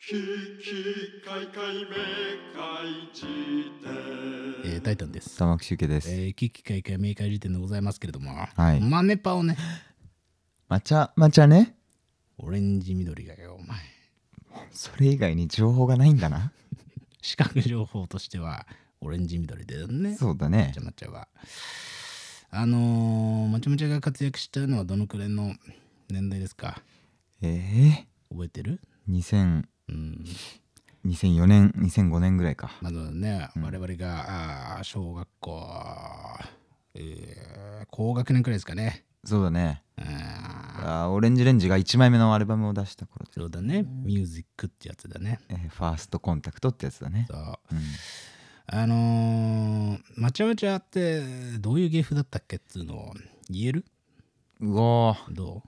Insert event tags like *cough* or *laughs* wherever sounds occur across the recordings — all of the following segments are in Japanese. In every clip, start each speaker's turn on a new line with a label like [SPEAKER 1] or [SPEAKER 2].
[SPEAKER 1] ききかいかいめかいじて
[SPEAKER 2] えータイタンです。
[SPEAKER 3] 玉木周家です。
[SPEAKER 2] えー、危機開会明快時点でございますけれども、
[SPEAKER 3] はい
[SPEAKER 2] マネパをね、
[SPEAKER 3] 抹茶、抹茶ね。
[SPEAKER 2] オレンジ緑がよ、お前、
[SPEAKER 3] それ以外に情報がないんだな。
[SPEAKER 2] *laughs* 視覚情報としては、オレンジ緑だよね。
[SPEAKER 3] そうだ
[SPEAKER 2] ま
[SPEAKER 3] ね
[SPEAKER 2] ちゃ。まちゃは。あのー、まちゃまちゃが活躍したのはどのくらいの年代ですか
[SPEAKER 3] え
[SPEAKER 2] 覚えてる
[SPEAKER 3] え2000
[SPEAKER 2] うん。
[SPEAKER 3] 2004年、2005年ぐらいか。
[SPEAKER 2] まだね、我々が、あー小学校、えー高学年くらいですかね。
[SPEAKER 3] そうだね。
[SPEAKER 2] あー
[SPEAKER 3] あーオレンジレンジが1枚目のアルバムを出した頃で、
[SPEAKER 2] そうだね、ミュージックってやつだね。
[SPEAKER 3] えーファーストコンタクトってやつだね。
[SPEAKER 2] そう
[SPEAKER 3] うん、
[SPEAKER 2] あのー、まちゃまちゃってどういう芸風だったっけっつうのを言える
[SPEAKER 3] うわー
[SPEAKER 2] ど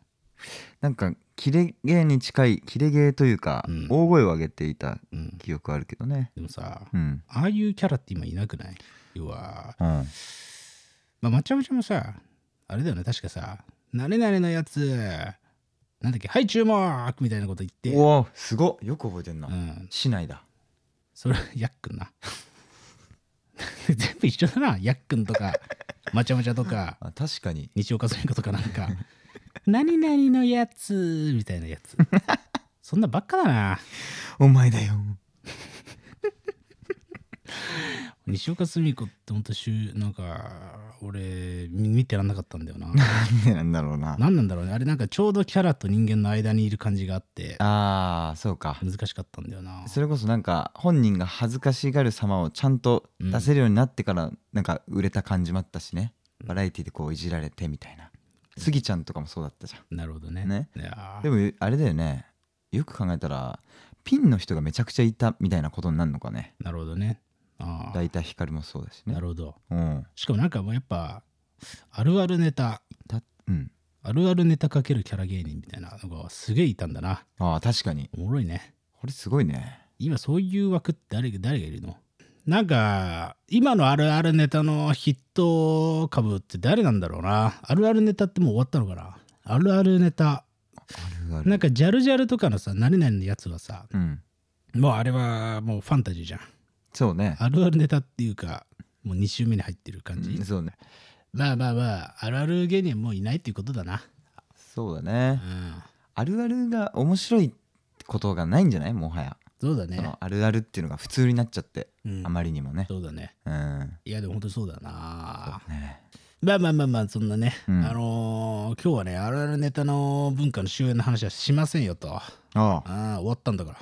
[SPEAKER 3] なんかキレゲーに近いキレゲーというか、
[SPEAKER 2] うん
[SPEAKER 3] 大声を上げていた
[SPEAKER 2] う、うん、
[SPEAKER 3] 記憶あるけどね。
[SPEAKER 2] でもさ、
[SPEAKER 3] うん。
[SPEAKER 2] ああいうキャラって今いなくない要は、
[SPEAKER 3] うん、
[SPEAKER 2] まあ、まちゃまちゃもさあれだよね確かさ「なれなれのやつなんだっけはい注目!」みたいなこと言って、
[SPEAKER 3] おおすごっよく覚えてんな。
[SPEAKER 2] うん、
[SPEAKER 3] 市内だ。
[SPEAKER 2] それやっくんな *laughs* 全部一緒だなやっくんとかまちゃまちゃとか
[SPEAKER 3] あ確かに。
[SPEAKER 2] 西岡澄子とかなんか *laughs* 「何々のやつ」みたいなやつそんなばっかだな
[SPEAKER 3] お前 *laughs* だよ。
[SPEAKER 2] 西岡澄子ってほんと週なんか俺み見てらんなかったんだよな
[SPEAKER 3] なんでなんだろうな。
[SPEAKER 2] 何なんだろうねあれなんかちょうどキャラと人間の間にいる感じがあって
[SPEAKER 3] ああそうか。
[SPEAKER 2] 難しかったんだよな
[SPEAKER 3] それこそなんか本人が恥ずかしがる様をちゃんと出せるようになってからなんか売れた感じもあったしね、バラエティでこういじられてみたいなスギちゃんとかもそうだったじゃ
[SPEAKER 2] なるほどね
[SPEAKER 3] ね
[SPEAKER 2] いや
[SPEAKER 3] ん
[SPEAKER 2] ー
[SPEAKER 3] でもあれだよねよく考えたらピンの人がめちゃくちゃいたみたいなことになるのかね
[SPEAKER 2] なるほどねああ
[SPEAKER 3] 大体光もそうだしね
[SPEAKER 2] なるほど
[SPEAKER 3] うん
[SPEAKER 2] しかもなんかもうやっぱあるあるネタ
[SPEAKER 3] だうん
[SPEAKER 2] あるあるネタかけるキャラ芸人みたいなのがすげえいたんだな
[SPEAKER 3] ああ確かに
[SPEAKER 2] おもろいね
[SPEAKER 3] これすごいね
[SPEAKER 2] 今そういう枠って誰が誰がいるのなんか今のあるあるネタのヒット株って誰なんだろうなあるあるネタってもう終わったのかなあるあるネタ
[SPEAKER 3] あるある
[SPEAKER 2] なんかジャルジャルとかのさ慣れないのやつはさ
[SPEAKER 3] うん
[SPEAKER 2] もうあれはもうファンタジーじゃん
[SPEAKER 3] そうね
[SPEAKER 2] あるあるネタっていうかもう2週目に入ってる感じ、
[SPEAKER 3] うんそうね
[SPEAKER 2] まあまあまああるある芸人はもういないっていうことだな
[SPEAKER 3] そうだ
[SPEAKER 2] う
[SPEAKER 3] ね
[SPEAKER 2] ん
[SPEAKER 3] あるあるが面白いことがないんじゃないもはや
[SPEAKER 2] そうだ
[SPEAKER 3] そ
[SPEAKER 2] ね
[SPEAKER 3] のあるあるっていうのが普通になっちゃって、
[SPEAKER 2] うん
[SPEAKER 3] あまりにもね。
[SPEAKER 2] そうだね
[SPEAKER 3] うん。
[SPEAKER 2] いやでも本当にそうだな
[SPEAKER 3] ね
[SPEAKER 2] まあまあまあまあそんなね、
[SPEAKER 3] うん
[SPEAKER 2] あのー今日はねあるあるネタの文化の終焉の話はしませんよとあ
[SPEAKER 3] ああ、
[SPEAKER 2] あ終わったんだから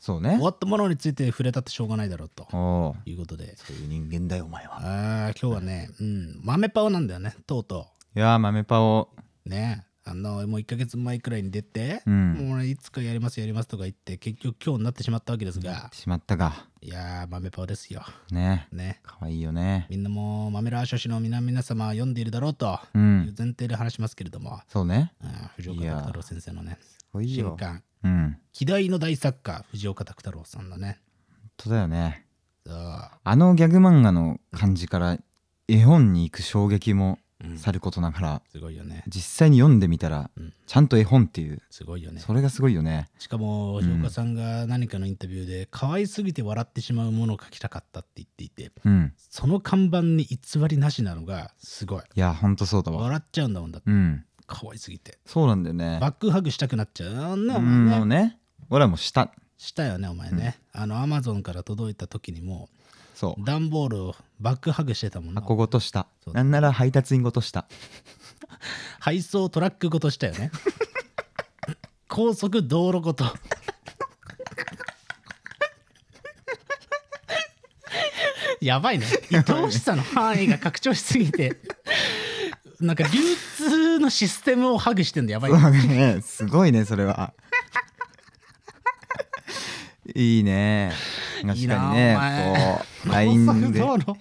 [SPEAKER 3] そうね
[SPEAKER 2] 終。わったものについて触れたってしょうがないだろうと
[SPEAKER 3] おお
[SPEAKER 2] いうことで
[SPEAKER 3] そういう人間だよ、お前は。
[SPEAKER 2] ああ今日はね、うん、豆パオなんだよねとうと
[SPEAKER 3] いやー、豆パオ。
[SPEAKER 2] うねあのもう1ヶ月前くらいに出て、
[SPEAKER 3] うん
[SPEAKER 2] もう俺いつかやりますやりますとか言って結局今日になってしまったわけですが、
[SPEAKER 3] しまったか。
[SPEAKER 2] いやー豆パオですよ
[SPEAKER 3] ね
[SPEAKER 2] ね
[SPEAKER 3] かわいいよね。
[SPEAKER 2] みんなもう豆ラー書士の皆皆様読んでいるだろうと
[SPEAKER 3] う。
[SPEAKER 2] いうん前提で話しますけれども、
[SPEAKER 3] そうね。
[SPEAKER 2] あー藤
[SPEAKER 3] い
[SPEAKER 2] 岡
[SPEAKER 3] やー
[SPEAKER 2] 拓太郎先生のね
[SPEAKER 3] すごい
[SPEAKER 2] 瞬
[SPEAKER 3] よ。
[SPEAKER 2] 間
[SPEAKER 3] うん。
[SPEAKER 2] 希代の大作家藤岡拓太郎さんのね
[SPEAKER 3] とだよね。
[SPEAKER 2] そう
[SPEAKER 3] あのギャグ漫画の感じから絵本に行く衝撃も
[SPEAKER 2] うん
[SPEAKER 3] さることながら、
[SPEAKER 2] すごいよね
[SPEAKER 3] 実際に読んでみたら
[SPEAKER 2] うん、
[SPEAKER 3] ちゃんと絵本っていう、
[SPEAKER 2] すごいよね
[SPEAKER 3] それがすごいよね。
[SPEAKER 2] しかも藤岡さんが何かのインタビューで、可愛すぎて笑ってしまうものを書きたかったって言っていて
[SPEAKER 3] うん。
[SPEAKER 2] その看板に偽りなしなのがすごい
[SPEAKER 3] いやー、ほんとそうだわ。
[SPEAKER 2] 笑っちゃうんだもんだって
[SPEAKER 3] うん。
[SPEAKER 2] 可愛すぎて
[SPEAKER 3] そうなんだよね。
[SPEAKER 2] バックハグしたくなっちゃうんだも
[SPEAKER 3] うん、
[SPEAKER 2] んね
[SPEAKER 3] もうね。俺はもうした。
[SPEAKER 2] したよねお前ね、あのアマゾンから届いた時にも
[SPEAKER 3] そう。
[SPEAKER 2] う段ボールをバックハグしてたもんな
[SPEAKER 3] 箱ごとした
[SPEAKER 2] そうだ
[SPEAKER 3] なんなら配達員ごとした
[SPEAKER 2] 配送トラックごとしたよね高速道路ごとやばいね愛おしさの範囲が拡張しすぎてなんか流通のシステムをハグしてんだやばいね、
[SPEAKER 3] *laughs* ねすごいねそれは *laughs* いいね
[SPEAKER 2] いい
[SPEAKER 3] 確
[SPEAKER 2] な
[SPEAKER 3] かに
[SPEAKER 2] お前
[SPEAKER 3] ねこう LINE
[SPEAKER 2] 高速
[SPEAKER 3] で
[SPEAKER 2] 道路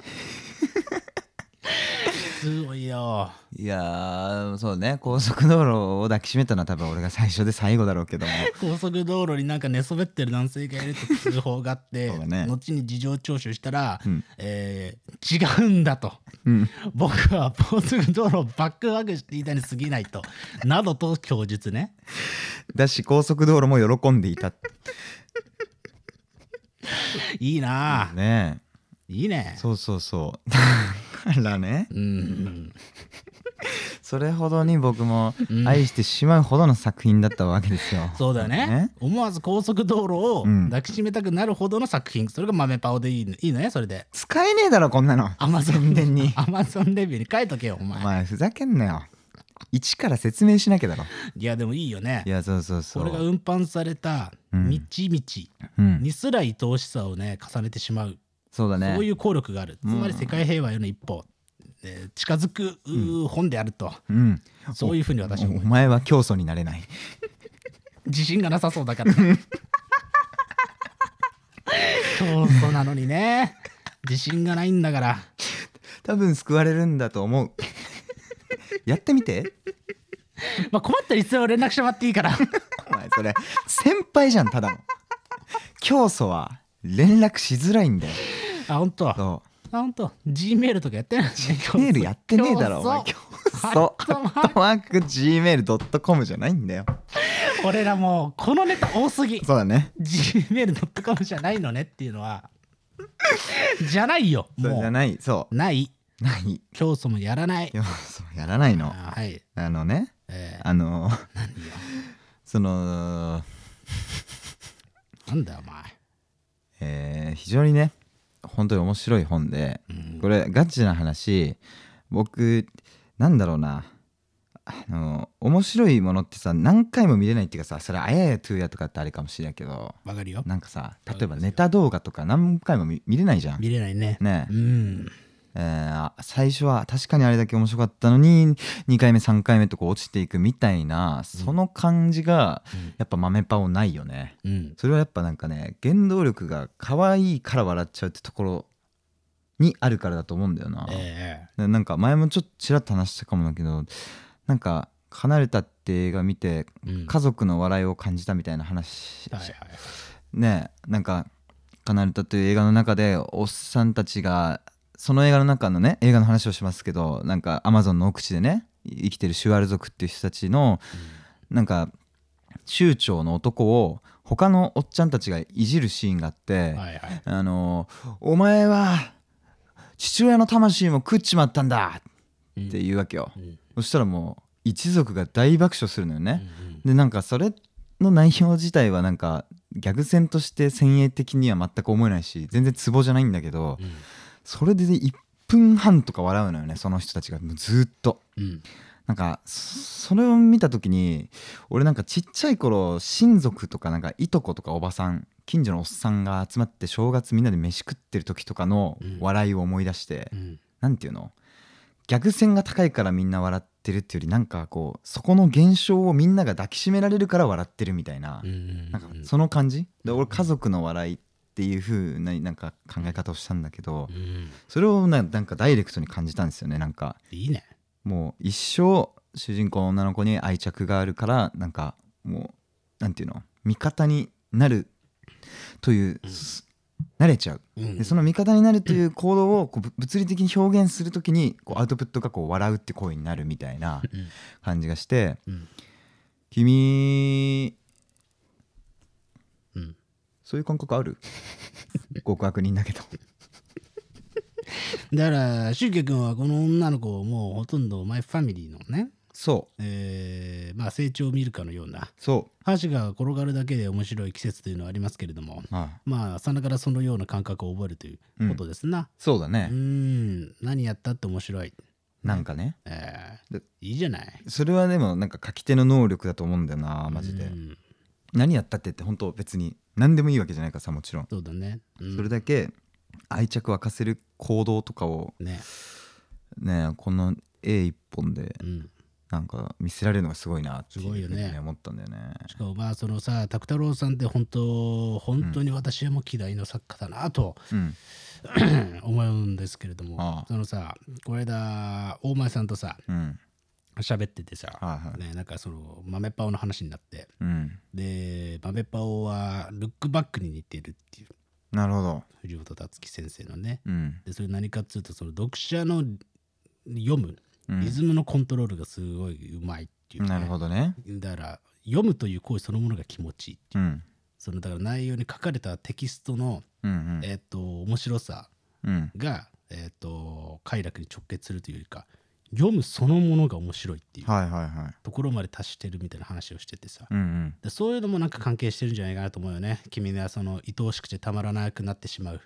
[SPEAKER 2] すごいよ
[SPEAKER 3] いやーそうね高速道路を抱きしめたのは多分俺が最初で最後だろうけども
[SPEAKER 2] 高速道路になんか寝そべってる男性がいると通報があって
[SPEAKER 3] そうだね
[SPEAKER 2] 後に事情聴取したら、
[SPEAKER 3] うん
[SPEAKER 2] えー違うんだと
[SPEAKER 3] うん
[SPEAKER 2] 僕は高速道路をバックハグしていたに過ぎないとなどと供述ね
[SPEAKER 3] だし高速道路も喜んでいた
[SPEAKER 2] いいなあ
[SPEAKER 3] ね
[SPEAKER 2] いいね
[SPEAKER 3] そうそうそうだからね
[SPEAKER 2] うん
[SPEAKER 3] それほどに僕も愛してしまうほどの作品だったわけですよ
[SPEAKER 2] そうだね思わず高速道路を
[SPEAKER 3] うん
[SPEAKER 2] 抱きしめたくなるほどの作品それが豆パオでいいのいいのねそれで
[SPEAKER 3] 使えねえだろこんなの
[SPEAKER 2] アマゾ
[SPEAKER 3] 宣
[SPEAKER 2] ン *laughs*
[SPEAKER 3] 伝に
[SPEAKER 2] アマゾンレビューに書いとけよお
[SPEAKER 3] お
[SPEAKER 2] 前
[SPEAKER 3] 前ふざけんなよ一から説明しなきゃだろ
[SPEAKER 2] いやでもいいよね
[SPEAKER 3] いやそうそうそ
[SPEAKER 2] これが
[SPEAKER 3] う
[SPEAKER 2] 運搬された
[SPEAKER 3] うん
[SPEAKER 2] みちみち
[SPEAKER 3] うん
[SPEAKER 2] にすら愛おしさをね重ねてしまう
[SPEAKER 3] そうだね
[SPEAKER 2] そういう効力があるつまり世界平和への一歩えー近づくうー本であると
[SPEAKER 3] うん
[SPEAKER 2] そういうふうに私は
[SPEAKER 3] お
[SPEAKER 2] 思う
[SPEAKER 3] 前は教祖になれない
[SPEAKER 2] 自信がなさそうだから教祖なのにね自信がないんだから
[SPEAKER 3] 多分救われるんだと思う *laughs* やってみて
[SPEAKER 2] まあ困ったらいつでも連絡してもらっていいから
[SPEAKER 3] お前それ先輩じゃんただの教祖は連絡しづらいんだよ
[SPEAKER 2] あ本当あ
[SPEAKER 3] そ
[SPEAKER 2] 本当 G メールとかやってない
[SPEAKER 3] うメールやってねえだろお
[SPEAKER 2] 教祖
[SPEAKER 3] 前教
[SPEAKER 2] 教
[SPEAKER 3] 祖
[SPEAKER 2] 祖
[SPEAKER 3] アットマーク Gmail.com じゃないんだよ
[SPEAKER 2] 俺らもうこのネタ多すぎ
[SPEAKER 3] そうだね
[SPEAKER 2] gmail.com じゃないのねっていうの
[SPEAKER 3] *laughs*
[SPEAKER 2] はじゃないよ
[SPEAKER 3] そう
[SPEAKER 2] も
[SPEAKER 3] じゃ
[SPEAKER 2] う
[SPEAKER 3] ないそ
[SPEAKER 2] ない
[SPEAKER 3] うない
[SPEAKER 2] 教祖もやらない
[SPEAKER 3] 教祖やらないの
[SPEAKER 2] あはい
[SPEAKER 3] あのね
[SPEAKER 2] え
[SPEAKER 3] あのその
[SPEAKER 2] ー、なんだよお前
[SPEAKER 3] えー非常にね本当に面白い本で、これガチな話僕なんだろうなあの面白いものってさ何回も見れないっていうかさそれ「あややとゥーや」とかってあれかもしれないけど
[SPEAKER 2] わかるよ
[SPEAKER 3] なんかさ例えばネタ動画とか何回も見見れないじゃん。
[SPEAKER 2] 見れないね
[SPEAKER 3] ね
[SPEAKER 2] うん
[SPEAKER 3] えー最初は確かにあれだけ面白かったのに2回目3回目とこう落ちていくみたいなその感じが
[SPEAKER 2] うん
[SPEAKER 3] やっぱ豆パオないよね。
[SPEAKER 2] うん
[SPEAKER 3] それはやっぱなんかね原動力が可愛いから笑っちゃうってところにあるからだと思うんだよな、
[SPEAKER 2] え
[SPEAKER 3] でなんか前もちょっとちらっと話したかもだけどなんか「離れた」って映画見て
[SPEAKER 2] えうん
[SPEAKER 3] 家族の笑いを感じたみたいな話、
[SPEAKER 2] はいはい
[SPEAKER 3] ねえなんか「離れた」という映画の中でおっさんたちがその映画の中のね映画の話をしますけどなんかアマゾンの奥地でね生きてるシュワル族っていう人たちのなんか酋長の男を他のおっちゃんたちがいじるシーンがあって、
[SPEAKER 2] はいはい
[SPEAKER 3] あの「お前は父親の魂も食っちまったんだ!」って言うわけよ、
[SPEAKER 2] うん
[SPEAKER 3] そしたらもう一族が大爆笑するのよ
[SPEAKER 2] う
[SPEAKER 3] ね、
[SPEAKER 2] ん
[SPEAKER 3] でなんかそれの内容自体はなんかギャグ戦として先鋭的には全く思えないし全然ツボじゃないんだけど
[SPEAKER 2] うん
[SPEAKER 3] それで1分半とか笑うのよねその人たちがもうずーっと。
[SPEAKER 2] うん
[SPEAKER 3] なんかそそれを見た時に俺なんかちっちゃい頃親族とかなんかいとことかおばさん近所のおっさんが集まって正月みんなで飯食ってる時とかの
[SPEAKER 2] うん
[SPEAKER 3] 笑いを思い出して
[SPEAKER 2] うん
[SPEAKER 3] なんていうの逆線が高いからみんな笑ってるっていうよりなんかこうそこの現象をみんなが抱きしめられるから笑ってるみたいな
[SPEAKER 2] うんうん
[SPEAKER 3] なんかその感じで俺家族の笑いっていう風ななんか考え方をしたんだけど
[SPEAKER 2] うん
[SPEAKER 3] それをななんかダイレクトに感じたんですよねなんか。
[SPEAKER 2] いいね
[SPEAKER 3] もう一生主人公の女の子に愛着があるからなんかもうなんていうの味方になるという、す慣れちゃう
[SPEAKER 2] うん
[SPEAKER 3] でその味方になるという行動をこうぶ物理的に表現するときにこうアウトプットがこう笑うって行為になるみたいな
[SPEAKER 2] うん
[SPEAKER 3] 感じがして
[SPEAKER 2] うん
[SPEAKER 3] 「君
[SPEAKER 2] うん
[SPEAKER 3] そういう感覚
[SPEAKER 2] *laughs*
[SPEAKER 3] ある? 」極悪人だけど
[SPEAKER 2] だからしゅうけくんはこの女の子をもうほとんどマイファミリーのね
[SPEAKER 3] そ
[SPEAKER 2] えーまあ成長を見るかのような
[SPEAKER 3] うそ
[SPEAKER 2] 箸が転がるだけで面白い季節というのはありますけれども
[SPEAKER 3] うああ
[SPEAKER 2] まあさながらそのような感覚を覚えるということですな
[SPEAKER 3] そうだ
[SPEAKER 2] う
[SPEAKER 3] ね
[SPEAKER 2] ー、ん何やったって面白い、
[SPEAKER 3] なんかね
[SPEAKER 2] えー
[SPEAKER 3] で
[SPEAKER 2] いいじゃない
[SPEAKER 3] それはでもなんか書き手の能力だと思うんだよなマジで。
[SPEAKER 2] うん
[SPEAKER 3] 何やったってって本当別に何でもいいわけじゃないからさもちろん、
[SPEAKER 2] そうだね、うん
[SPEAKER 3] それだけ愛着沸かせる行動とかを
[SPEAKER 2] ね、
[SPEAKER 3] ねこの絵一本で
[SPEAKER 2] うん、
[SPEAKER 3] なんか見せられるのがすごいなっていう
[SPEAKER 2] すごいよね
[SPEAKER 3] ふうに思ったんだよね
[SPEAKER 2] しかもまあそのさ拓太郎さんって本当本当に私はもう嫌いの作家だなと、 *clears throat*
[SPEAKER 3] うん
[SPEAKER 2] 思うんですけれども
[SPEAKER 3] ああ
[SPEAKER 2] そのさこれだ大前さんとさ
[SPEAKER 3] うん
[SPEAKER 2] 喋っててさ、
[SPEAKER 3] はいはい、
[SPEAKER 2] ね、なんかその豆パオの話になって
[SPEAKER 3] うん
[SPEAKER 2] で豆パオはルックバックに似てるっていう
[SPEAKER 3] なるほど
[SPEAKER 2] 藤本達樹先生のね
[SPEAKER 3] うん
[SPEAKER 2] でそれ何かっつうとその読者の読む
[SPEAKER 3] うん
[SPEAKER 2] リズムのコントロールがすごいうまいっていうね、
[SPEAKER 3] なるほどね
[SPEAKER 2] だから読むという行為そのものが気持ちいいっていう
[SPEAKER 3] うん
[SPEAKER 2] そのだから内容に書かれたテキストの、
[SPEAKER 3] うん
[SPEAKER 2] えっと面白さ
[SPEAKER 3] うん
[SPEAKER 2] が、えっと快楽に直結するというよりか読むそのものが面白いっていう
[SPEAKER 3] はいはいはい
[SPEAKER 2] ところまで達してるみたいな話をしててさ、
[SPEAKER 3] うんうん
[SPEAKER 2] でそういうのもなんか関係してるんじゃないかなと思うよね君はその愛おしくてたまらなくなってしまう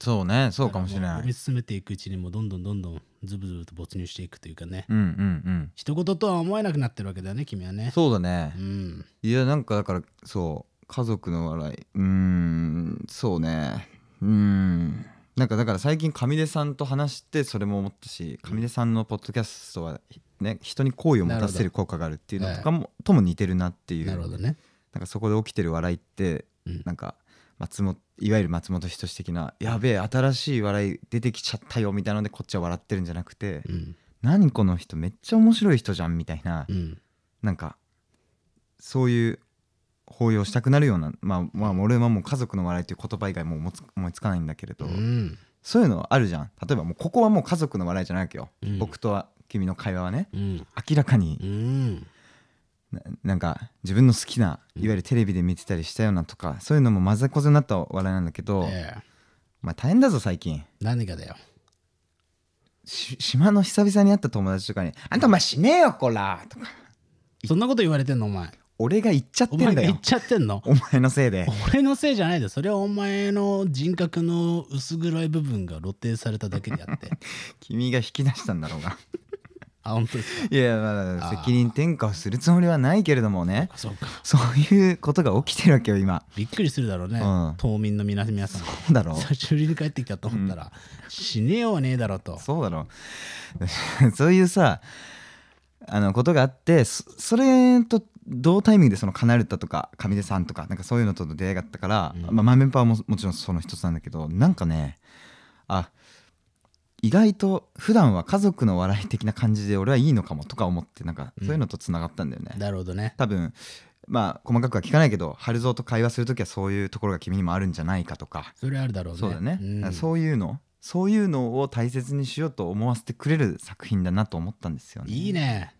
[SPEAKER 3] そうねそうかもしれ
[SPEAKER 2] もう
[SPEAKER 3] な
[SPEAKER 2] 読み
[SPEAKER 3] い
[SPEAKER 2] 進めていくうちにもうどんどんどんどんズブズブと没入していくというかね、
[SPEAKER 3] うんうん
[SPEAKER 2] 一言とは思えなくなってるわけだよね君は
[SPEAKER 3] うん
[SPEAKER 2] ね
[SPEAKER 3] そうだね
[SPEAKER 2] うん
[SPEAKER 3] いやなんかだからそう家族の笑いうーんそうねうーんなんかだから最近上出さんと話してそれも思ったし上出さんのポッドキャストはね人に好意を持たせる効果があるっていうのとかもとも似てるなっていう
[SPEAKER 2] なるほどね
[SPEAKER 3] なんかそこで起きてる笑いって、
[SPEAKER 2] うん
[SPEAKER 3] なんか松本いわゆる松本人志的な「やべえ新しい笑い出てきちゃったよ」みたいなのでこっちは笑ってるんじゃなくて
[SPEAKER 2] うん
[SPEAKER 3] 「何この人めっちゃ面白い人じゃん」みたいな、
[SPEAKER 2] うん
[SPEAKER 3] なんかそういう抱擁したくなるような、まあ、まあ俺はもう家族の笑いという言葉以外もう思いつ思いつかないんだけれ
[SPEAKER 2] う
[SPEAKER 3] ど、
[SPEAKER 2] ん
[SPEAKER 3] そういうのあるじゃん例えばもうここはもう家族の笑いじゃないわけよ、
[SPEAKER 2] うん
[SPEAKER 3] 僕とは君の会話はね
[SPEAKER 2] うん
[SPEAKER 3] 明らかに
[SPEAKER 2] うん
[SPEAKER 3] ななんか自分の好きないわゆるテレビで見てたりしたようなとかそういうのもまぜこぜになった笑いなんだけど、
[SPEAKER 2] ええ
[SPEAKER 3] まあ大変だぞ最近
[SPEAKER 2] 何がだよ
[SPEAKER 3] し島の久々に会った友達とかに「あんたお前死ねよこら!」とか
[SPEAKER 2] そんなこと言われてんのお前
[SPEAKER 3] 俺が言っちゃって
[SPEAKER 2] お
[SPEAKER 3] んだ
[SPEAKER 2] 前
[SPEAKER 3] よ
[SPEAKER 2] が言っちゃってんの
[SPEAKER 3] お前のせいで
[SPEAKER 2] 俺のせいじゃないでそれはお前の人格の薄暗い部分が露呈されただけであって
[SPEAKER 3] 君が引き出したんだろうが
[SPEAKER 2] あ本当です
[SPEAKER 3] *laughs* いやまあ
[SPEAKER 2] あー
[SPEAKER 3] 責任転嫁をするつもりはないけれどもね
[SPEAKER 2] かそうか
[SPEAKER 3] そういうことが起きてるわけよ今
[SPEAKER 2] びっくりするだろうね、
[SPEAKER 3] うん
[SPEAKER 2] 島民の皆皆さん
[SPEAKER 3] そうだろ
[SPEAKER 2] 久しぶりに帰ってきたと思ったら、死ねようはねえだろうと
[SPEAKER 3] そうだろそう *laughs* いうさあのことがあってそそれと同タイミングでそのカナルタとか上出さんとかなんかそういうのとの出会いがあったから、
[SPEAKER 2] うん
[SPEAKER 3] まあ、マンメンパワーももちろんその一つなんだけどなんかねあ意外と普段は家族の笑い的な感じで俺はいいのかもとか思ってなんかそういうのとつながったんだよね、
[SPEAKER 2] なるほどね
[SPEAKER 3] 多分まあ細かくは聞かないけど春蔵と会話する時はそういうところが君にもあるんじゃないかとか
[SPEAKER 2] それあるだろうね
[SPEAKER 3] そうだね、
[SPEAKER 2] ん
[SPEAKER 3] だからそういうのそういうのを大切にしようと思わせてくれる作品だなと思ったんですよね。
[SPEAKER 2] いいね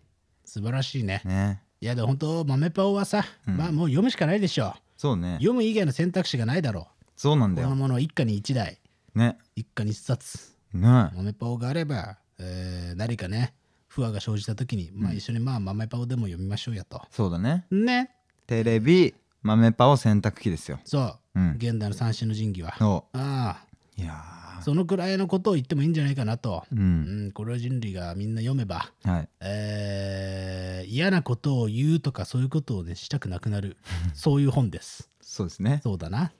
[SPEAKER 2] 素晴らしいね
[SPEAKER 3] ね
[SPEAKER 2] いやでも本当豆パオはさ、
[SPEAKER 3] うん
[SPEAKER 2] まあもう読むしかないでしょ
[SPEAKER 3] そうね
[SPEAKER 2] 読む以外の選択肢がないだろ
[SPEAKER 3] そうなん
[SPEAKER 2] う
[SPEAKER 3] だ
[SPEAKER 2] この
[SPEAKER 3] よ。
[SPEAKER 2] ものを一家に一台
[SPEAKER 3] ね
[SPEAKER 2] 一家に一冊
[SPEAKER 3] ね
[SPEAKER 2] 豆パオがあれば、えー何かね不和が生じた時に、まあ一緒にまあ豆パオでも読みましょうやと
[SPEAKER 3] そうだね。
[SPEAKER 2] ね
[SPEAKER 3] テレビ豆パを洗濯機ですよ。
[SPEAKER 2] そう、
[SPEAKER 3] うん。
[SPEAKER 2] 現代の三種の神器はあ
[SPEAKER 3] そ
[SPEAKER 2] あ
[SPEAKER 3] ういやー
[SPEAKER 2] そのくらいのことを言ってもいいんじゃないかなと、
[SPEAKER 3] う
[SPEAKER 2] うんん、これを人類がみんな読めば、
[SPEAKER 3] はい
[SPEAKER 2] えー嫌なことを言うとかそういうことをねしたくなくな
[SPEAKER 3] *laughs*
[SPEAKER 2] るそういう本です
[SPEAKER 3] そうですね。
[SPEAKER 2] そうだな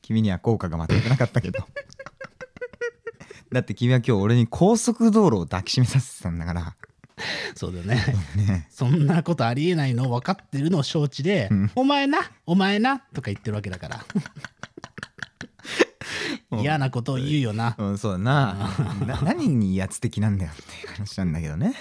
[SPEAKER 3] 君には効果が全くなかっ
[SPEAKER 2] *laughs*
[SPEAKER 3] たけど。だって君は今日俺に高速道路を抱きしめさせてたんだから。
[SPEAKER 2] そうだね
[SPEAKER 3] ね
[SPEAKER 2] そんなことありえないの分かってるのを承知で
[SPEAKER 3] うん
[SPEAKER 2] 「お前なお前な」とか言ってるわけだから
[SPEAKER 3] うん
[SPEAKER 2] 嫌なことを言うよな
[SPEAKER 3] *laughs* うん、そうだな。な何に威圧的なんだよっていう話なんだけど *laughs* ね。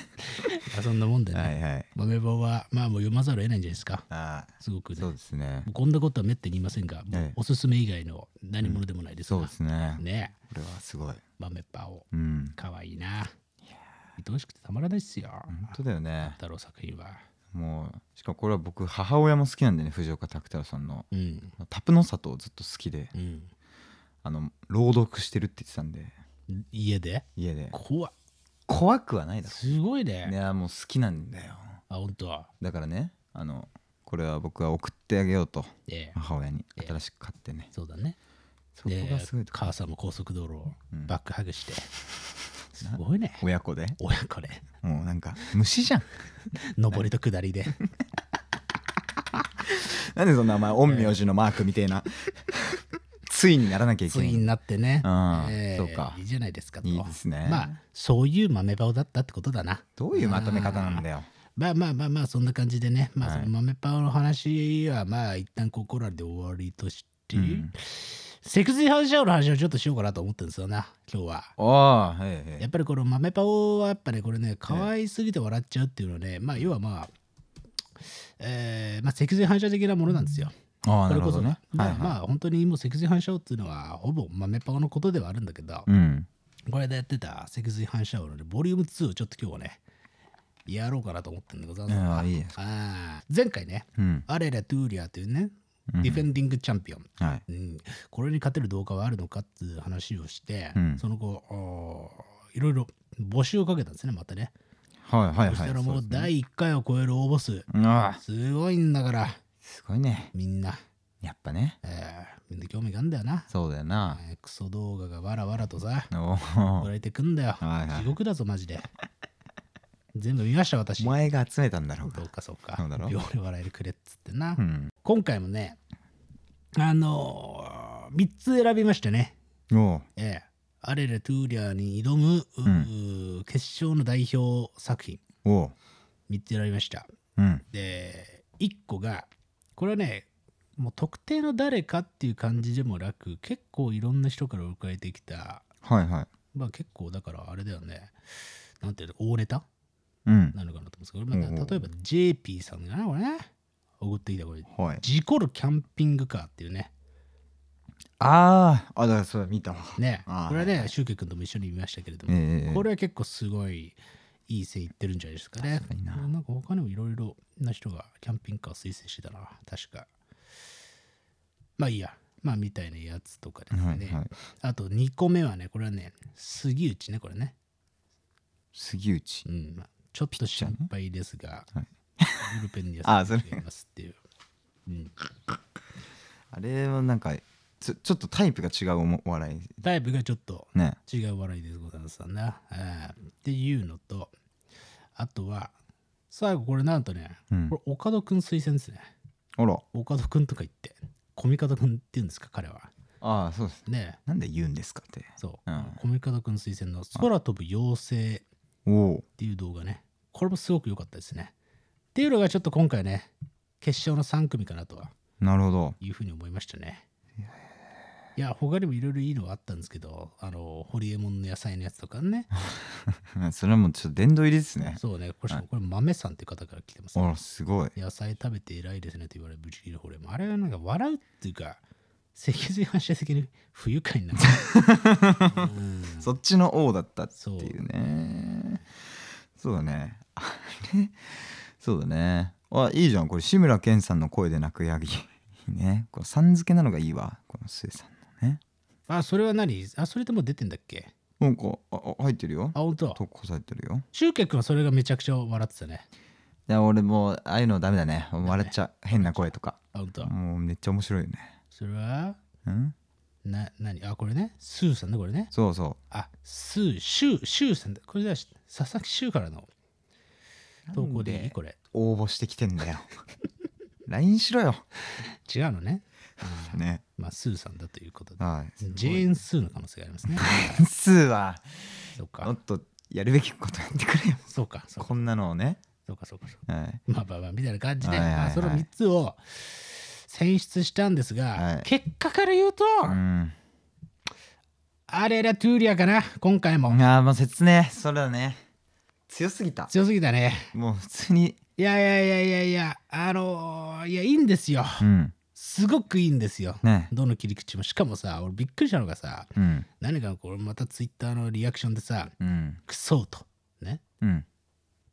[SPEAKER 2] そんなもんでね、
[SPEAKER 3] はいはい。
[SPEAKER 2] 豆棒はまあもう読まざるを得ないんじゃないですか
[SPEAKER 3] ああ、
[SPEAKER 2] すごくね
[SPEAKER 3] そうですね。
[SPEAKER 2] もうこんなことはめったに言いませんが、もう
[SPEAKER 3] ええ
[SPEAKER 2] おすすめ以外の何者でもないです
[SPEAKER 3] そう
[SPEAKER 2] が、
[SPEAKER 3] ですね。
[SPEAKER 2] ねえ
[SPEAKER 3] これはすごい。
[SPEAKER 2] 豆パオ
[SPEAKER 3] うん。
[SPEAKER 2] かわいいな愛おしくてたまらないっすよ
[SPEAKER 3] 本当だよね。
[SPEAKER 2] 太郎作品は
[SPEAKER 3] もう、しかもこれは僕、母親も好きなんでね、藤岡拓太郎さんの。
[SPEAKER 2] うん
[SPEAKER 3] タプの里をずっと好きで、
[SPEAKER 2] うん
[SPEAKER 3] あの、朗読してるって言ってたんで、
[SPEAKER 2] 家で
[SPEAKER 3] 家で。
[SPEAKER 2] 怖っ
[SPEAKER 3] 怖くはないだ
[SPEAKER 2] すごいね
[SPEAKER 3] ろ。いや、もう好きなんだよ。
[SPEAKER 2] あ本当は
[SPEAKER 3] だからね、あの、これは僕は送ってあげようと、
[SPEAKER 2] ええ
[SPEAKER 3] 母親に
[SPEAKER 2] ええ
[SPEAKER 3] 新しく買ってね。
[SPEAKER 2] そうだね
[SPEAKER 3] そこ
[SPEAKER 2] で
[SPEAKER 3] がすごいとこ。
[SPEAKER 2] 母さんも高速道路を
[SPEAKER 3] うん
[SPEAKER 2] バックハグして、すごいね
[SPEAKER 3] 親子で。
[SPEAKER 2] 親子で
[SPEAKER 3] もうなんか、虫じゃん。
[SPEAKER 2] 上りと下
[SPEAKER 3] *laughs*
[SPEAKER 2] りで
[SPEAKER 3] なんでそんなお前陰陽師のマークみ
[SPEAKER 2] *laughs*
[SPEAKER 3] たいなついにならなきゃいけ
[SPEAKER 2] つ
[SPEAKER 3] な
[SPEAKER 2] い
[SPEAKER 3] い
[SPEAKER 2] になってね、
[SPEAKER 3] うん
[SPEAKER 2] ええ
[SPEAKER 3] そうか
[SPEAKER 2] いいじゃないですかと
[SPEAKER 3] いいですね
[SPEAKER 2] まあそういう豆バオだったってことだな
[SPEAKER 3] どういうまとめ方なんだよ
[SPEAKER 2] まあまあまあまあそんな感じでね、まあ、
[SPEAKER 3] はい
[SPEAKER 2] その豆パオの話はまあ一旦ここらで終わりとして、
[SPEAKER 3] うん
[SPEAKER 2] セクシーハンシャオの話をちょっとしようかなと思ってるんですよな今日は。
[SPEAKER 3] ああはいは
[SPEAKER 2] やっぱりこの豆パオはやっぱねこれね可愛すぎて笑っちゃうっていうのはねまあ要はまあえーまあセクシー反射的なものなんですよ。
[SPEAKER 3] ああ
[SPEAKER 2] こ
[SPEAKER 3] な
[SPEAKER 2] れ
[SPEAKER 3] る
[SPEAKER 2] こ
[SPEAKER 3] ほ
[SPEAKER 2] そ
[SPEAKER 3] どね
[SPEAKER 2] まあ
[SPEAKER 3] はいはい
[SPEAKER 2] まあ本当にもうセクシー反射っていうのはほぼ豆パオのことではあるんだけど、
[SPEAKER 3] うん
[SPEAKER 2] これでやってたセクシー反射王のねボリューム2をちょっと今日はねやろうかなと思ってるんでございますが
[SPEAKER 3] ああいいです
[SPEAKER 2] ああ前回ね
[SPEAKER 3] うん
[SPEAKER 2] アレラ・トゥーリアというね
[SPEAKER 3] うん
[SPEAKER 2] ディフェンディングチャンピオン、
[SPEAKER 3] はい
[SPEAKER 2] うん、これに勝てる動画はあるのかっていう話をして、
[SPEAKER 3] うん
[SPEAKER 2] その後あーいろいろ募集をかけたんですねまたね、
[SPEAKER 3] はいはいはい
[SPEAKER 2] そしたらも
[SPEAKER 3] そううですね
[SPEAKER 2] 第1回を超える応募数
[SPEAKER 3] ああ
[SPEAKER 2] すごいんだから
[SPEAKER 3] すごいね
[SPEAKER 2] みんな、
[SPEAKER 3] やっぱね
[SPEAKER 2] えーみんな興味があんだよな、
[SPEAKER 3] そうだよな
[SPEAKER 2] えークソ動画がわらわらとさ
[SPEAKER 3] お
[SPEAKER 2] 送
[SPEAKER 3] ー
[SPEAKER 2] られてくんだよ、
[SPEAKER 3] はいはい
[SPEAKER 2] 地獄だぞマジ
[SPEAKER 3] *laughs*
[SPEAKER 2] で全部見ました私
[SPEAKER 3] お前が集めたんだろう
[SPEAKER 2] そ
[SPEAKER 3] が
[SPEAKER 2] うかそうか
[SPEAKER 3] そうだろ
[SPEAKER 2] 秒で笑えるくれっつってな、
[SPEAKER 3] うん
[SPEAKER 2] 今回もねあのー、3つ選びましてね
[SPEAKER 3] おう
[SPEAKER 2] ええアレレ・トゥーリャーに挑む、うー決勝の代表作品
[SPEAKER 3] おう
[SPEAKER 2] 3つ選びました
[SPEAKER 3] うん
[SPEAKER 2] で1個がこれはねもう特定の誰かっていう感じでもなく結構いろんな人から迎えてきた
[SPEAKER 3] はいはい
[SPEAKER 2] まあ結構だからあれだよねなんていうの大ネタ
[SPEAKER 3] うん
[SPEAKER 2] なのかなと思うんですけど、まあ
[SPEAKER 3] うんうん
[SPEAKER 2] 例えば JP さんがねこれね送ってきたこれ
[SPEAKER 3] はい
[SPEAKER 2] 事故るキャンピングカーっていうね
[SPEAKER 3] あーあだからそれ見たわ
[SPEAKER 2] ね
[SPEAKER 3] あー
[SPEAKER 2] これはね、
[SPEAKER 3] はいはい
[SPEAKER 2] シュウケ君とも一緒に見ましたけれども、
[SPEAKER 3] ええ
[SPEAKER 2] これは結構すごいいい線いってるんじゃないですかね。
[SPEAKER 3] 確かになん
[SPEAKER 2] か他にもいろいろな人がキャンピングカーを推薦してたな、確か。まあいいや、まあみたいなやつとかですね。
[SPEAKER 3] はいはい
[SPEAKER 2] あと2個目はね、これはね、杉内ね、これね。
[SPEAKER 3] 杉内
[SPEAKER 2] うん、まあちょっと心配ですが、
[SPEAKER 3] はい
[SPEAKER 2] ブルペンに
[SPEAKER 3] あそれ
[SPEAKER 2] いますっていう。うん
[SPEAKER 3] あれはなんかちょちょっとタイプが違うおもお笑い
[SPEAKER 2] タイプがちょっと
[SPEAKER 3] ね
[SPEAKER 2] 違う笑いでございますわな、うんっていうのと、あとは、最後これなんとね、
[SPEAKER 3] うん
[SPEAKER 2] これ岡戸くん推薦ですね。
[SPEAKER 3] あら
[SPEAKER 2] 岡戸くんとか言って、コミカドくんって言うんですか、彼は。
[SPEAKER 3] ああそうです
[SPEAKER 2] ねえ
[SPEAKER 3] なんで言うんですかって
[SPEAKER 2] そう。
[SPEAKER 3] うん
[SPEAKER 2] コミカドくん推薦の空飛ぶ妖精っ
[SPEAKER 3] おお
[SPEAKER 2] ていう動画ね。これもすごく良かったですね。っていうのがちょっと今回ね、決勝の3組かなとは
[SPEAKER 3] なるほど *laughs*
[SPEAKER 2] いうふうに思いましたね。いや、他にもいろいろいいのはあったんですけど、あの、ホリエモンの野菜のやつとかね。
[SPEAKER 3] うんそれはもうちょっと殿堂入りですね
[SPEAKER 2] そうね、これ、これ豆さんっていう方から来てます、
[SPEAKER 3] あらすごい
[SPEAKER 2] 野菜食べて偉いですねと言われるブチギレホレもあれはなんか笑うっていうか脊髄反射的に不愉快なうん
[SPEAKER 3] そっちの王だったって
[SPEAKER 2] そう
[SPEAKER 3] いうねそうだねあれそうだねあいいじゃんこれ志村けんさんの声で泣くヤギいいねこれさん付けなのがいいわこの末さんのね
[SPEAKER 2] あそれは何あそれでもう出てんだっけ
[SPEAKER 3] なんかああ入ってるよ
[SPEAKER 2] あ本当
[SPEAKER 3] 特攻されてるよ
[SPEAKER 2] シュウケ君はそれがめちゃくちゃ笑ってたね
[SPEAKER 3] いや俺もうああいうのダメだね笑っちゃう変な声とか
[SPEAKER 2] あ本当
[SPEAKER 3] もうめっちゃ面白いよね
[SPEAKER 2] それは
[SPEAKER 3] うん
[SPEAKER 2] な何あこれねスーさんねこれね
[SPEAKER 3] そうそ
[SPEAKER 2] あスーシュウシュウさんだこれじゃ佐々木シュウからの投稿で
[SPEAKER 3] なん
[SPEAKER 2] いい
[SPEAKER 3] で
[SPEAKER 2] これ
[SPEAKER 3] う応募してきてんだよ *laughs* LINE しろよ
[SPEAKER 2] 違うのね
[SPEAKER 3] ね
[SPEAKER 2] まあスーさんだということで
[SPEAKER 3] はい
[SPEAKER 2] ジェーン・スーの可能性がありますね
[SPEAKER 3] 数は
[SPEAKER 2] そう
[SPEAKER 3] も
[SPEAKER 2] か
[SPEAKER 3] っとやるべきことやってくれよ
[SPEAKER 2] そうかそうか
[SPEAKER 3] こんなのをね、
[SPEAKER 2] そうかそうかそうか
[SPEAKER 3] はい、
[SPEAKER 2] まあまあまあみたいな感じで、
[SPEAKER 3] はいはいはい
[SPEAKER 2] まあ、その3つを選出したんですが、
[SPEAKER 3] はい
[SPEAKER 2] 結果から言うと、
[SPEAKER 3] うん
[SPEAKER 2] あれらトゥーリアかな今回も、
[SPEAKER 3] ああもう説明それだね強すぎた
[SPEAKER 2] 強すぎたね
[SPEAKER 3] もう普通に
[SPEAKER 2] いやいやいやいやいやあのーいやいいんですよ
[SPEAKER 3] うん
[SPEAKER 2] すごくいいんですよ、
[SPEAKER 3] ね
[SPEAKER 2] どの切り口もしかもさ俺びっくりしたのがさ
[SPEAKER 3] うん
[SPEAKER 2] 何かこれまたツイッターのリアクションでさ
[SPEAKER 3] うん
[SPEAKER 2] 「クソ」とね
[SPEAKER 3] うん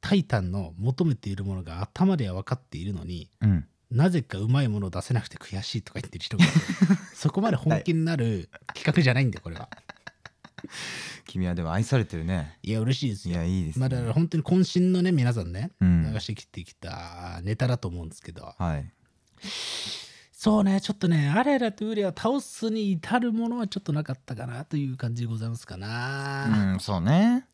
[SPEAKER 2] タイタンの求めているものが頭では分かっているのに
[SPEAKER 3] うん
[SPEAKER 2] なぜかうまいものを出せなくて悔しいとか言ってる人が *laughs* そこまで本気になる企画じゃないんだよこれは。
[SPEAKER 3] 君はでも愛されてるね
[SPEAKER 2] いや嬉しいです
[SPEAKER 3] い
[SPEAKER 2] よ。
[SPEAKER 3] やいいです
[SPEAKER 2] ま
[SPEAKER 3] ね
[SPEAKER 2] あだから本当に渾身のね皆さんね
[SPEAKER 3] う
[SPEAKER 2] 流
[SPEAKER 3] ん
[SPEAKER 2] してきてきたネタだと思うんですけど、
[SPEAKER 3] はい
[SPEAKER 2] そうねちょっとねあれらとウリアを倒すに至るものはちょっとなかったかなという感じでございますかな。
[SPEAKER 3] うんそうね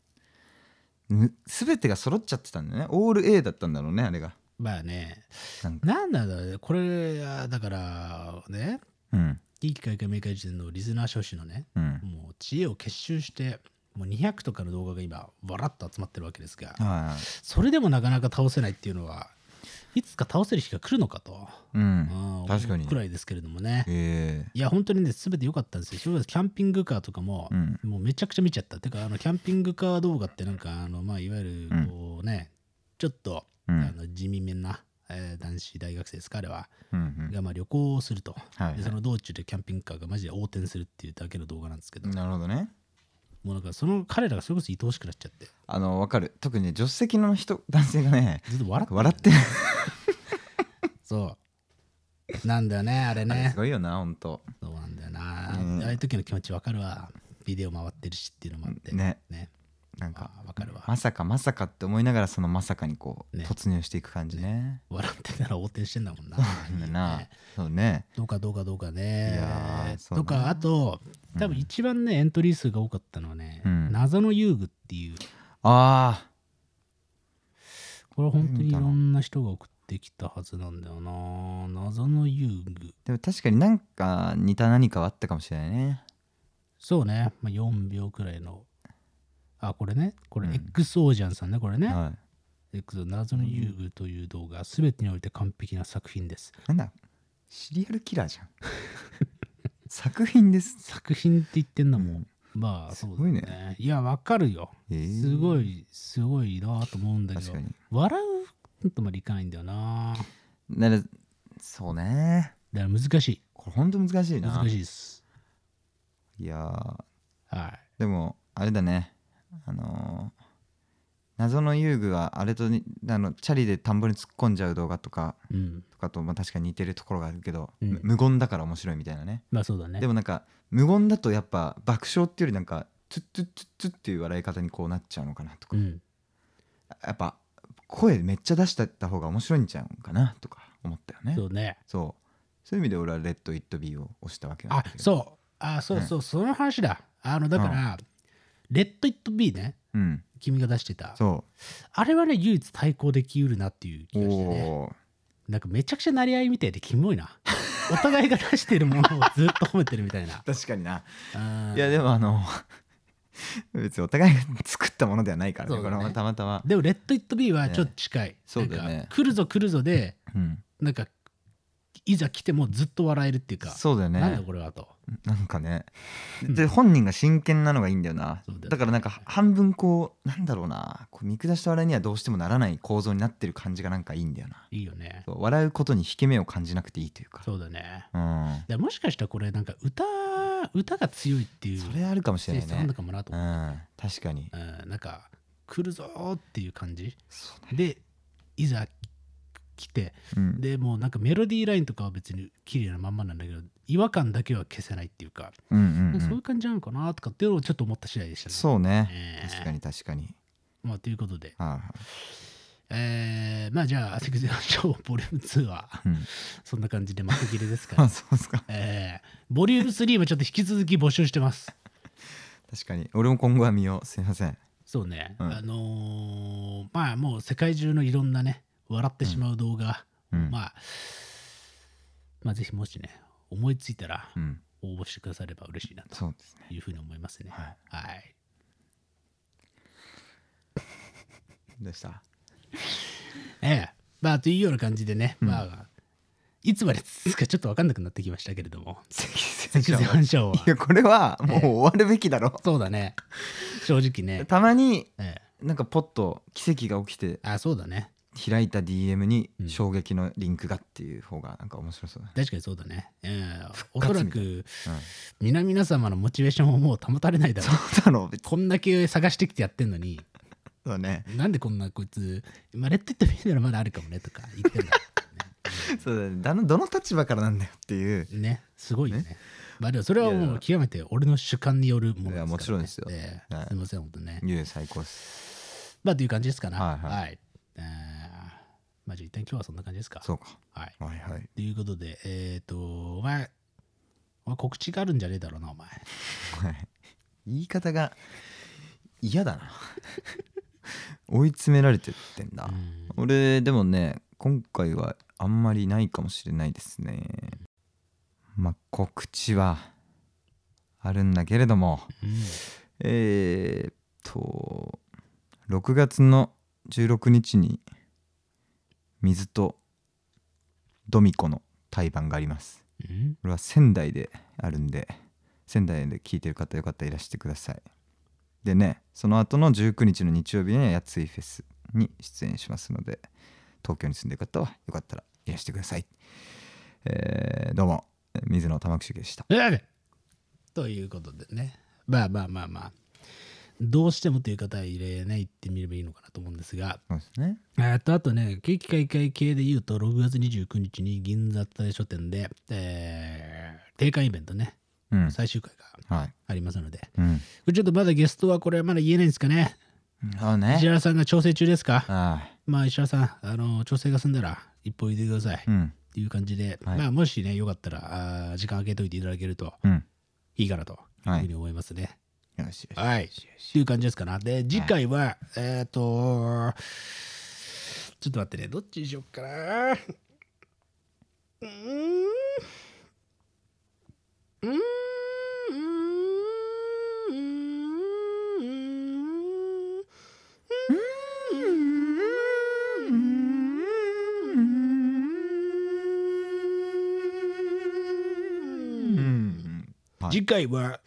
[SPEAKER 3] む全てが揃っちゃってたんだねオール A だったんだろうねあれが
[SPEAKER 2] まあね
[SPEAKER 3] なんか
[SPEAKER 2] なんなんだろうねこれはだからね
[SPEAKER 3] うん
[SPEAKER 2] いい機会か明快時点のリスナー少子のね
[SPEAKER 3] うん
[SPEAKER 2] もう知恵を結集してもう200とかの動画が今わらっと集まってるわけですが。
[SPEAKER 3] は
[SPEAKER 2] それでもなかなか倒せないっていうのはいつか倒せる日が来るのかと、
[SPEAKER 3] いはいう
[SPEAKER 2] うんん
[SPEAKER 3] 確かに
[SPEAKER 2] 思うくらいですけれどもね、
[SPEAKER 3] え
[SPEAKER 2] いや本当にね全て良かったんですよそれこそキャンピングカーとかも、
[SPEAKER 3] えうん
[SPEAKER 2] もうめちゃくちゃ見ちゃったてかあのキャンピングカー動画ってなんかあのまあいわゆるこうね、ちょっと、
[SPEAKER 3] う
[SPEAKER 2] あ
[SPEAKER 3] ん
[SPEAKER 2] の地味めな、えー男子大学生ですかあれは、
[SPEAKER 3] うんうん
[SPEAKER 2] がまあ旅行をすると、
[SPEAKER 3] はい
[SPEAKER 2] でその道中でキャンピングカーがマジで横転するっていうだけの動画なんですけど、
[SPEAKER 3] なるほどね
[SPEAKER 2] もうなんかその彼らがそれこそ愛おしくなっちゃって
[SPEAKER 3] あのわかる特にね助手席の人男性がね
[SPEAKER 2] ずっと笑って
[SPEAKER 3] 笑ってる
[SPEAKER 2] そう。なんだよねあれ
[SPEAKER 3] あれす
[SPEAKER 2] ね
[SPEAKER 3] ごいよな本当
[SPEAKER 2] そうなんだよな、
[SPEAKER 3] うん
[SPEAKER 2] ああいう時の気持ちわかるわビデオ回ってるしっていうのもあって
[SPEAKER 3] ね
[SPEAKER 2] ね
[SPEAKER 3] なんか
[SPEAKER 2] あわかるわ
[SPEAKER 3] まさかまさかって思いながらそのまさかにこう、
[SPEAKER 2] ね
[SPEAKER 3] 突入していく感じね
[SPEAKER 2] 笑ってたら横転してんだもんな
[SPEAKER 3] なんだな、
[SPEAKER 2] ね
[SPEAKER 3] そうね
[SPEAKER 2] どうかどうかどうか
[SPEAKER 3] い
[SPEAKER 2] ね
[SPEAKER 3] やーそう
[SPEAKER 2] と
[SPEAKER 3] ね
[SPEAKER 2] かあと多分
[SPEAKER 3] うん
[SPEAKER 2] 一番ね、エントリー数が多かったのはね、
[SPEAKER 3] うん
[SPEAKER 2] 謎の遊具っていう
[SPEAKER 3] あ
[SPEAKER 2] これ本当にい
[SPEAKER 3] 見た
[SPEAKER 2] ろ
[SPEAKER 3] なん
[SPEAKER 2] な人が送ってきたはずなんだよな謎の遊具
[SPEAKER 3] ーでも確かになんか似た何かはあったかもしれないね
[SPEAKER 2] そうね、まあ、4秒くらいのあこれねこれ
[SPEAKER 3] うん
[SPEAKER 2] XO ジャンさんねこれね、
[SPEAKER 3] はい
[SPEAKER 2] X 謎の遊具という動画全てにおいて完璧な作品です
[SPEAKER 3] なんだシリアルキラーじ *laughs* ゃん作品です
[SPEAKER 2] 作品って言ってんだもん、
[SPEAKER 3] うん
[SPEAKER 2] まあそうだ
[SPEAKER 3] すごい
[SPEAKER 2] ね
[SPEAKER 3] ね
[SPEAKER 2] いやわかるよ
[SPEAKER 3] えー
[SPEAKER 2] すごいすごいなと思うんだけ
[SPEAKER 3] 確
[SPEAKER 2] ど
[SPEAKER 3] かに
[SPEAKER 2] 笑うとまでいかないんだよな
[SPEAKER 3] ならそうね
[SPEAKER 2] だから難しい
[SPEAKER 3] これほんと難しいな
[SPEAKER 2] 難しいです
[SPEAKER 3] いやー
[SPEAKER 2] は
[SPEAKER 3] でもあれだねあのー謎の遊具はあれとにあのチャリで田んぼに突っ込んじゃう動画とか
[SPEAKER 2] いうん
[SPEAKER 3] とかと、まあ、確かに似てるところがあるけど、
[SPEAKER 2] うん
[SPEAKER 3] む無言だから面白いみたいなね
[SPEAKER 2] まあそうだね
[SPEAKER 3] でもなんか無言だとやっぱ爆笑っていうよりなんかツッツッツッツッっていう笑い方にこうなっちゃうのかなとか、
[SPEAKER 2] うん
[SPEAKER 3] やっぱ声めっちゃ出してた方が面白いんちゃうかなとか思ったよねそ
[SPEAKER 2] そううね
[SPEAKER 3] そういう意味で俺は「レッド・イット・ビー」を押したわけなん
[SPEAKER 2] あ
[SPEAKER 3] だけど
[SPEAKER 2] そうあそうそう、その話だあのだから、レッド・イット・ビーね
[SPEAKER 3] うん
[SPEAKER 2] 君が出してた
[SPEAKER 3] そ
[SPEAKER 2] あれはね唯一対抗できうるなっていう
[SPEAKER 3] う
[SPEAKER 2] 気がしてね
[SPEAKER 3] おー
[SPEAKER 2] なんかめちゃくちゃなり合いみたいでキモいな *laughs* お互いが出してるものをずっと褒めてるみたいな
[SPEAKER 3] 確かにな
[SPEAKER 2] うん
[SPEAKER 3] *laughs* いやでもあの別にお互いが作ったものではないからね
[SPEAKER 2] そう
[SPEAKER 3] こ
[SPEAKER 2] だ
[SPEAKER 3] れ
[SPEAKER 2] ね
[SPEAKER 3] はたまたま、
[SPEAKER 2] でも「レッド・イット・ビー」はちょっと近い、
[SPEAKER 3] そうだよね
[SPEAKER 2] なんか来るぞ来るぞで
[SPEAKER 3] うん、
[SPEAKER 2] なんかいざ来てもずっと笑えるっていうか
[SPEAKER 3] そうだよね
[SPEAKER 2] なんだこれはと
[SPEAKER 3] なんかねで本人が真剣なのがいいんだよな
[SPEAKER 2] そうだよね
[SPEAKER 3] だからなんか半分こうなんだろうなこう見下した笑いにはどうしてもならない構造になってる感じがなんかいいんだよない
[SPEAKER 2] いよね
[SPEAKER 3] そう笑うことに引け目を感じなくていいというか
[SPEAKER 2] そうだね
[SPEAKER 3] うん
[SPEAKER 2] でもしかしたらこれなんか歌歌が強いっていう
[SPEAKER 3] それあるかもしれない
[SPEAKER 2] 性質あん
[SPEAKER 3] ね
[SPEAKER 2] のかもなと
[SPEAKER 3] う
[SPEAKER 2] 思う、
[SPEAKER 3] ん確かに
[SPEAKER 2] うんなんか来るぞーっていう感じ
[SPEAKER 3] そう
[SPEAKER 2] でいざ来て
[SPEAKER 3] うん
[SPEAKER 2] でもうなんかメロディーラインとかは別に綺麗なまんまなんだけど違和感だけは消せないっていうか、
[SPEAKER 3] うんうんう
[SPEAKER 2] そういうん感じなのかなとかっていうのをちょっと思った次第でしたね。
[SPEAKER 3] そうね
[SPEAKER 2] えー
[SPEAKER 3] 確かに確かに
[SPEAKER 2] まあ、ということで、
[SPEAKER 3] はいはい
[SPEAKER 2] えーまあじゃあ「セクゼンショーボリューム2は
[SPEAKER 3] うん
[SPEAKER 2] そんな感じで幕切れです
[SPEAKER 3] *laughs*
[SPEAKER 2] から、
[SPEAKER 3] あそうっすか
[SPEAKER 2] えーボリューム3もちょっと引き続き募集してます。
[SPEAKER 3] 確かに俺も今後は見ようすいません
[SPEAKER 2] そうね、
[SPEAKER 3] うん
[SPEAKER 2] あのーまあもう世界中のいろんなね笑ってしまう動画、
[SPEAKER 3] うん
[SPEAKER 2] まあまあぜひもしね思いついたら
[SPEAKER 3] うん
[SPEAKER 2] 応募してくだされば嬉しいなと
[SPEAKER 3] そうですね
[SPEAKER 2] いうふうに思いますね。
[SPEAKER 3] はい
[SPEAKER 2] はい。
[SPEAKER 3] どうした。
[SPEAKER 2] ええ。まあ、というような感じでね、まあ、いつまで続くかちょっと分かんなくなってきましたけれども、セクゼンショーはい
[SPEAKER 3] *laughs* やこれはもう終わるべきだろ、
[SPEAKER 2] そうだね。正直
[SPEAKER 3] *laughs*
[SPEAKER 2] ね。
[SPEAKER 3] たまに
[SPEAKER 2] ええ。
[SPEAKER 3] なんかポッと奇跡が起きて
[SPEAKER 2] あ、そうだね。
[SPEAKER 3] 開いた DM に
[SPEAKER 2] うん
[SPEAKER 3] 衝撃のリンクがっていう方がなんか面白そうだね、
[SPEAKER 2] 確かにそうだね。ええ。おそ
[SPEAKER 3] 活
[SPEAKER 2] ら
[SPEAKER 3] みた
[SPEAKER 2] く、
[SPEAKER 3] いうん
[SPEAKER 2] 皆々様のモチベーションをもう保たれないだろう。
[SPEAKER 3] そうだろう別に
[SPEAKER 2] こんだけ探してきてやってんのに、
[SPEAKER 3] そうだね
[SPEAKER 2] なんでこんなこいつ、まあ、レッドイットビーならまだあるかもねとか言ってんだろ
[SPEAKER 3] *laughs* *laughs* そうだねだのどの立場からなんだよっていう
[SPEAKER 2] うね。ね。すごいよね。まあでもそれはもう極めて俺の主観によるものですから、ね。
[SPEAKER 3] いやもちろんですよ
[SPEAKER 2] ええ
[SPEAKER 3] はい
[SPEAKER 2] すいません、本当ね。
[SPEAKER 3] いや最高っす
[SPEAKER 2] まあという感じですかな。は、
[SPEAKER 3] はいい
[SPEAKER 2] は
[SPEAKER 3] はいい
[SPEAKER 2] えーまあじゃあ一旦今日はそんな感じですか。
[SPEAKER 3] そうか
[SPEAKER 2] はい。
[SPEAKER 3] はいはい *laughs*
[SPEAKER 2] ということで、えっ、と、お前、お前告知があるんじゃねえだろうな、お前。
[SPEAKER 3] はい言い方が嫌だな *laughs* 追い詰められてってんだ、
[SPEAKER 2] うん
[SPEAKER 3] 俺でもね今回はあんまりないかもしれないですねまあ告知はあるんだけれどもえーっと6月の16日に水とドミコの対バンがあります
[SPEAKER 2] うん。
[SPEAKER 3] これは仙台であるんで仙台で聞いてる方よかったらいらしてくださいでねその後の19日の日曜日にはやついフェスに出演しますので東京に住んでる方はよかったらいらしてください、えーどうも水野玉木修でした
[SPEAKER 2] うん、ということでね。まあまあまあまあ。どうしてもという方は入れね、言ってみればいいのかなと思うんですが、
[SPEAKER 3] そうですね
[SPEAKER 2] えーっと、あとね、景気開会系で言うと、6月29日に銀座大書店で、えー、定款イベントね、
[SPEAKER 3] うん
[SPEAKER 2] 最終回が
[SPEAKER 3] はい
[SPEAKER 2] ありますので、
[SPEAKER 3] うん
[SPEAKER 2] これちょっとまだゲストはこれまだ言えないんですかね。
[SPEAKER 3] そ
[SPEAKER 2] 石
[SPEAKER 3] うね
[SPEAKER 2] 原さんが調整中ですか
[SPEAKER 3] ああ
[SPEAKER 2] まあ石原さん、あの調整が済んだら一歩入れてくださいっ
[SPEAKER 3] うん
[SPEAKER 2] ていう感じで、
[SPEAKER 3] はい
[SPEAKER 2] まあもしね、よかったらあー時間空けといていただけると
[SPEAKER 3] うん
[SPEAKER 2] いいかなという
[SPEAKER 3] は
[SPEAKER 2] ふう
[SPEAKER 3] い
[SPEAKER 2] に思いますね。
[SPEAKER 3] よしよし
[SPEAKER 2] はい。っていう感じですかな。で、次回は、えっ、と、ちょっと待ってね、どっちにしよっかな。うーん。うーんうーんうーんうーん
[SPEAKER 3] うんはい
[SPEAKER 2] 次回は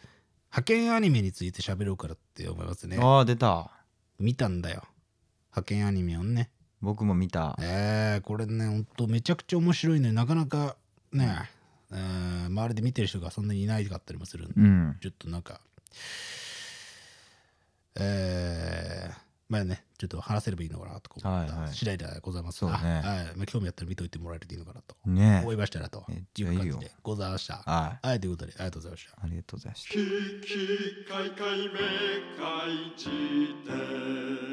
[SPEAKER 2] 派遣アニメについて喋ろうからって思いますね。
[SPEAKER 3] ああ出た
[SPEAKER 2] 見たんだよ。派遣アニメをね。
[SPEAKER 3] 僕も見た
[SPEAKER 2] えー、これね、ほんとめちゃくちゃ面白いのになかなかね、えー周りで見てる人がそんなにいないかったりもするんで、
[SPEAKER 3] うん
[SPEAKER 2] ちょっとなんか、えー、まあね、ちょっと話せればいいのかなとか思っ
[SPEAKER 3] はいは
[SPEAKER 2] た
[SPEAKER 3] い
[SPEAKER 2] 次第ではございます
[SPEAKER 3] そう
[SPEAKER 2] が、
[SPEAKER 3] ね
[SPEAKER 2] はいまあ、興味あったら見といてもらえるといいのかなと
[SPEAKER 3] ね
[SPEAKER 2] 思いましたなと
[SPEAKER 3] めっ
[SPEAKER 2] い
[SPEAKER 3] ちゃ
[SPEAKER 2] う
[SPEAKER 3] いい
[SPEAKER 2] 感じ
[SPEAKER 3] よ
[SPEAKER 2] でございました。は
[SPEAKER 3] はい
[SPEAKER 2] い、ということでありがとうございました。
[SPEAKER 3] ありがとうございました
[SPEAKER 1] キキカイカイめかいじて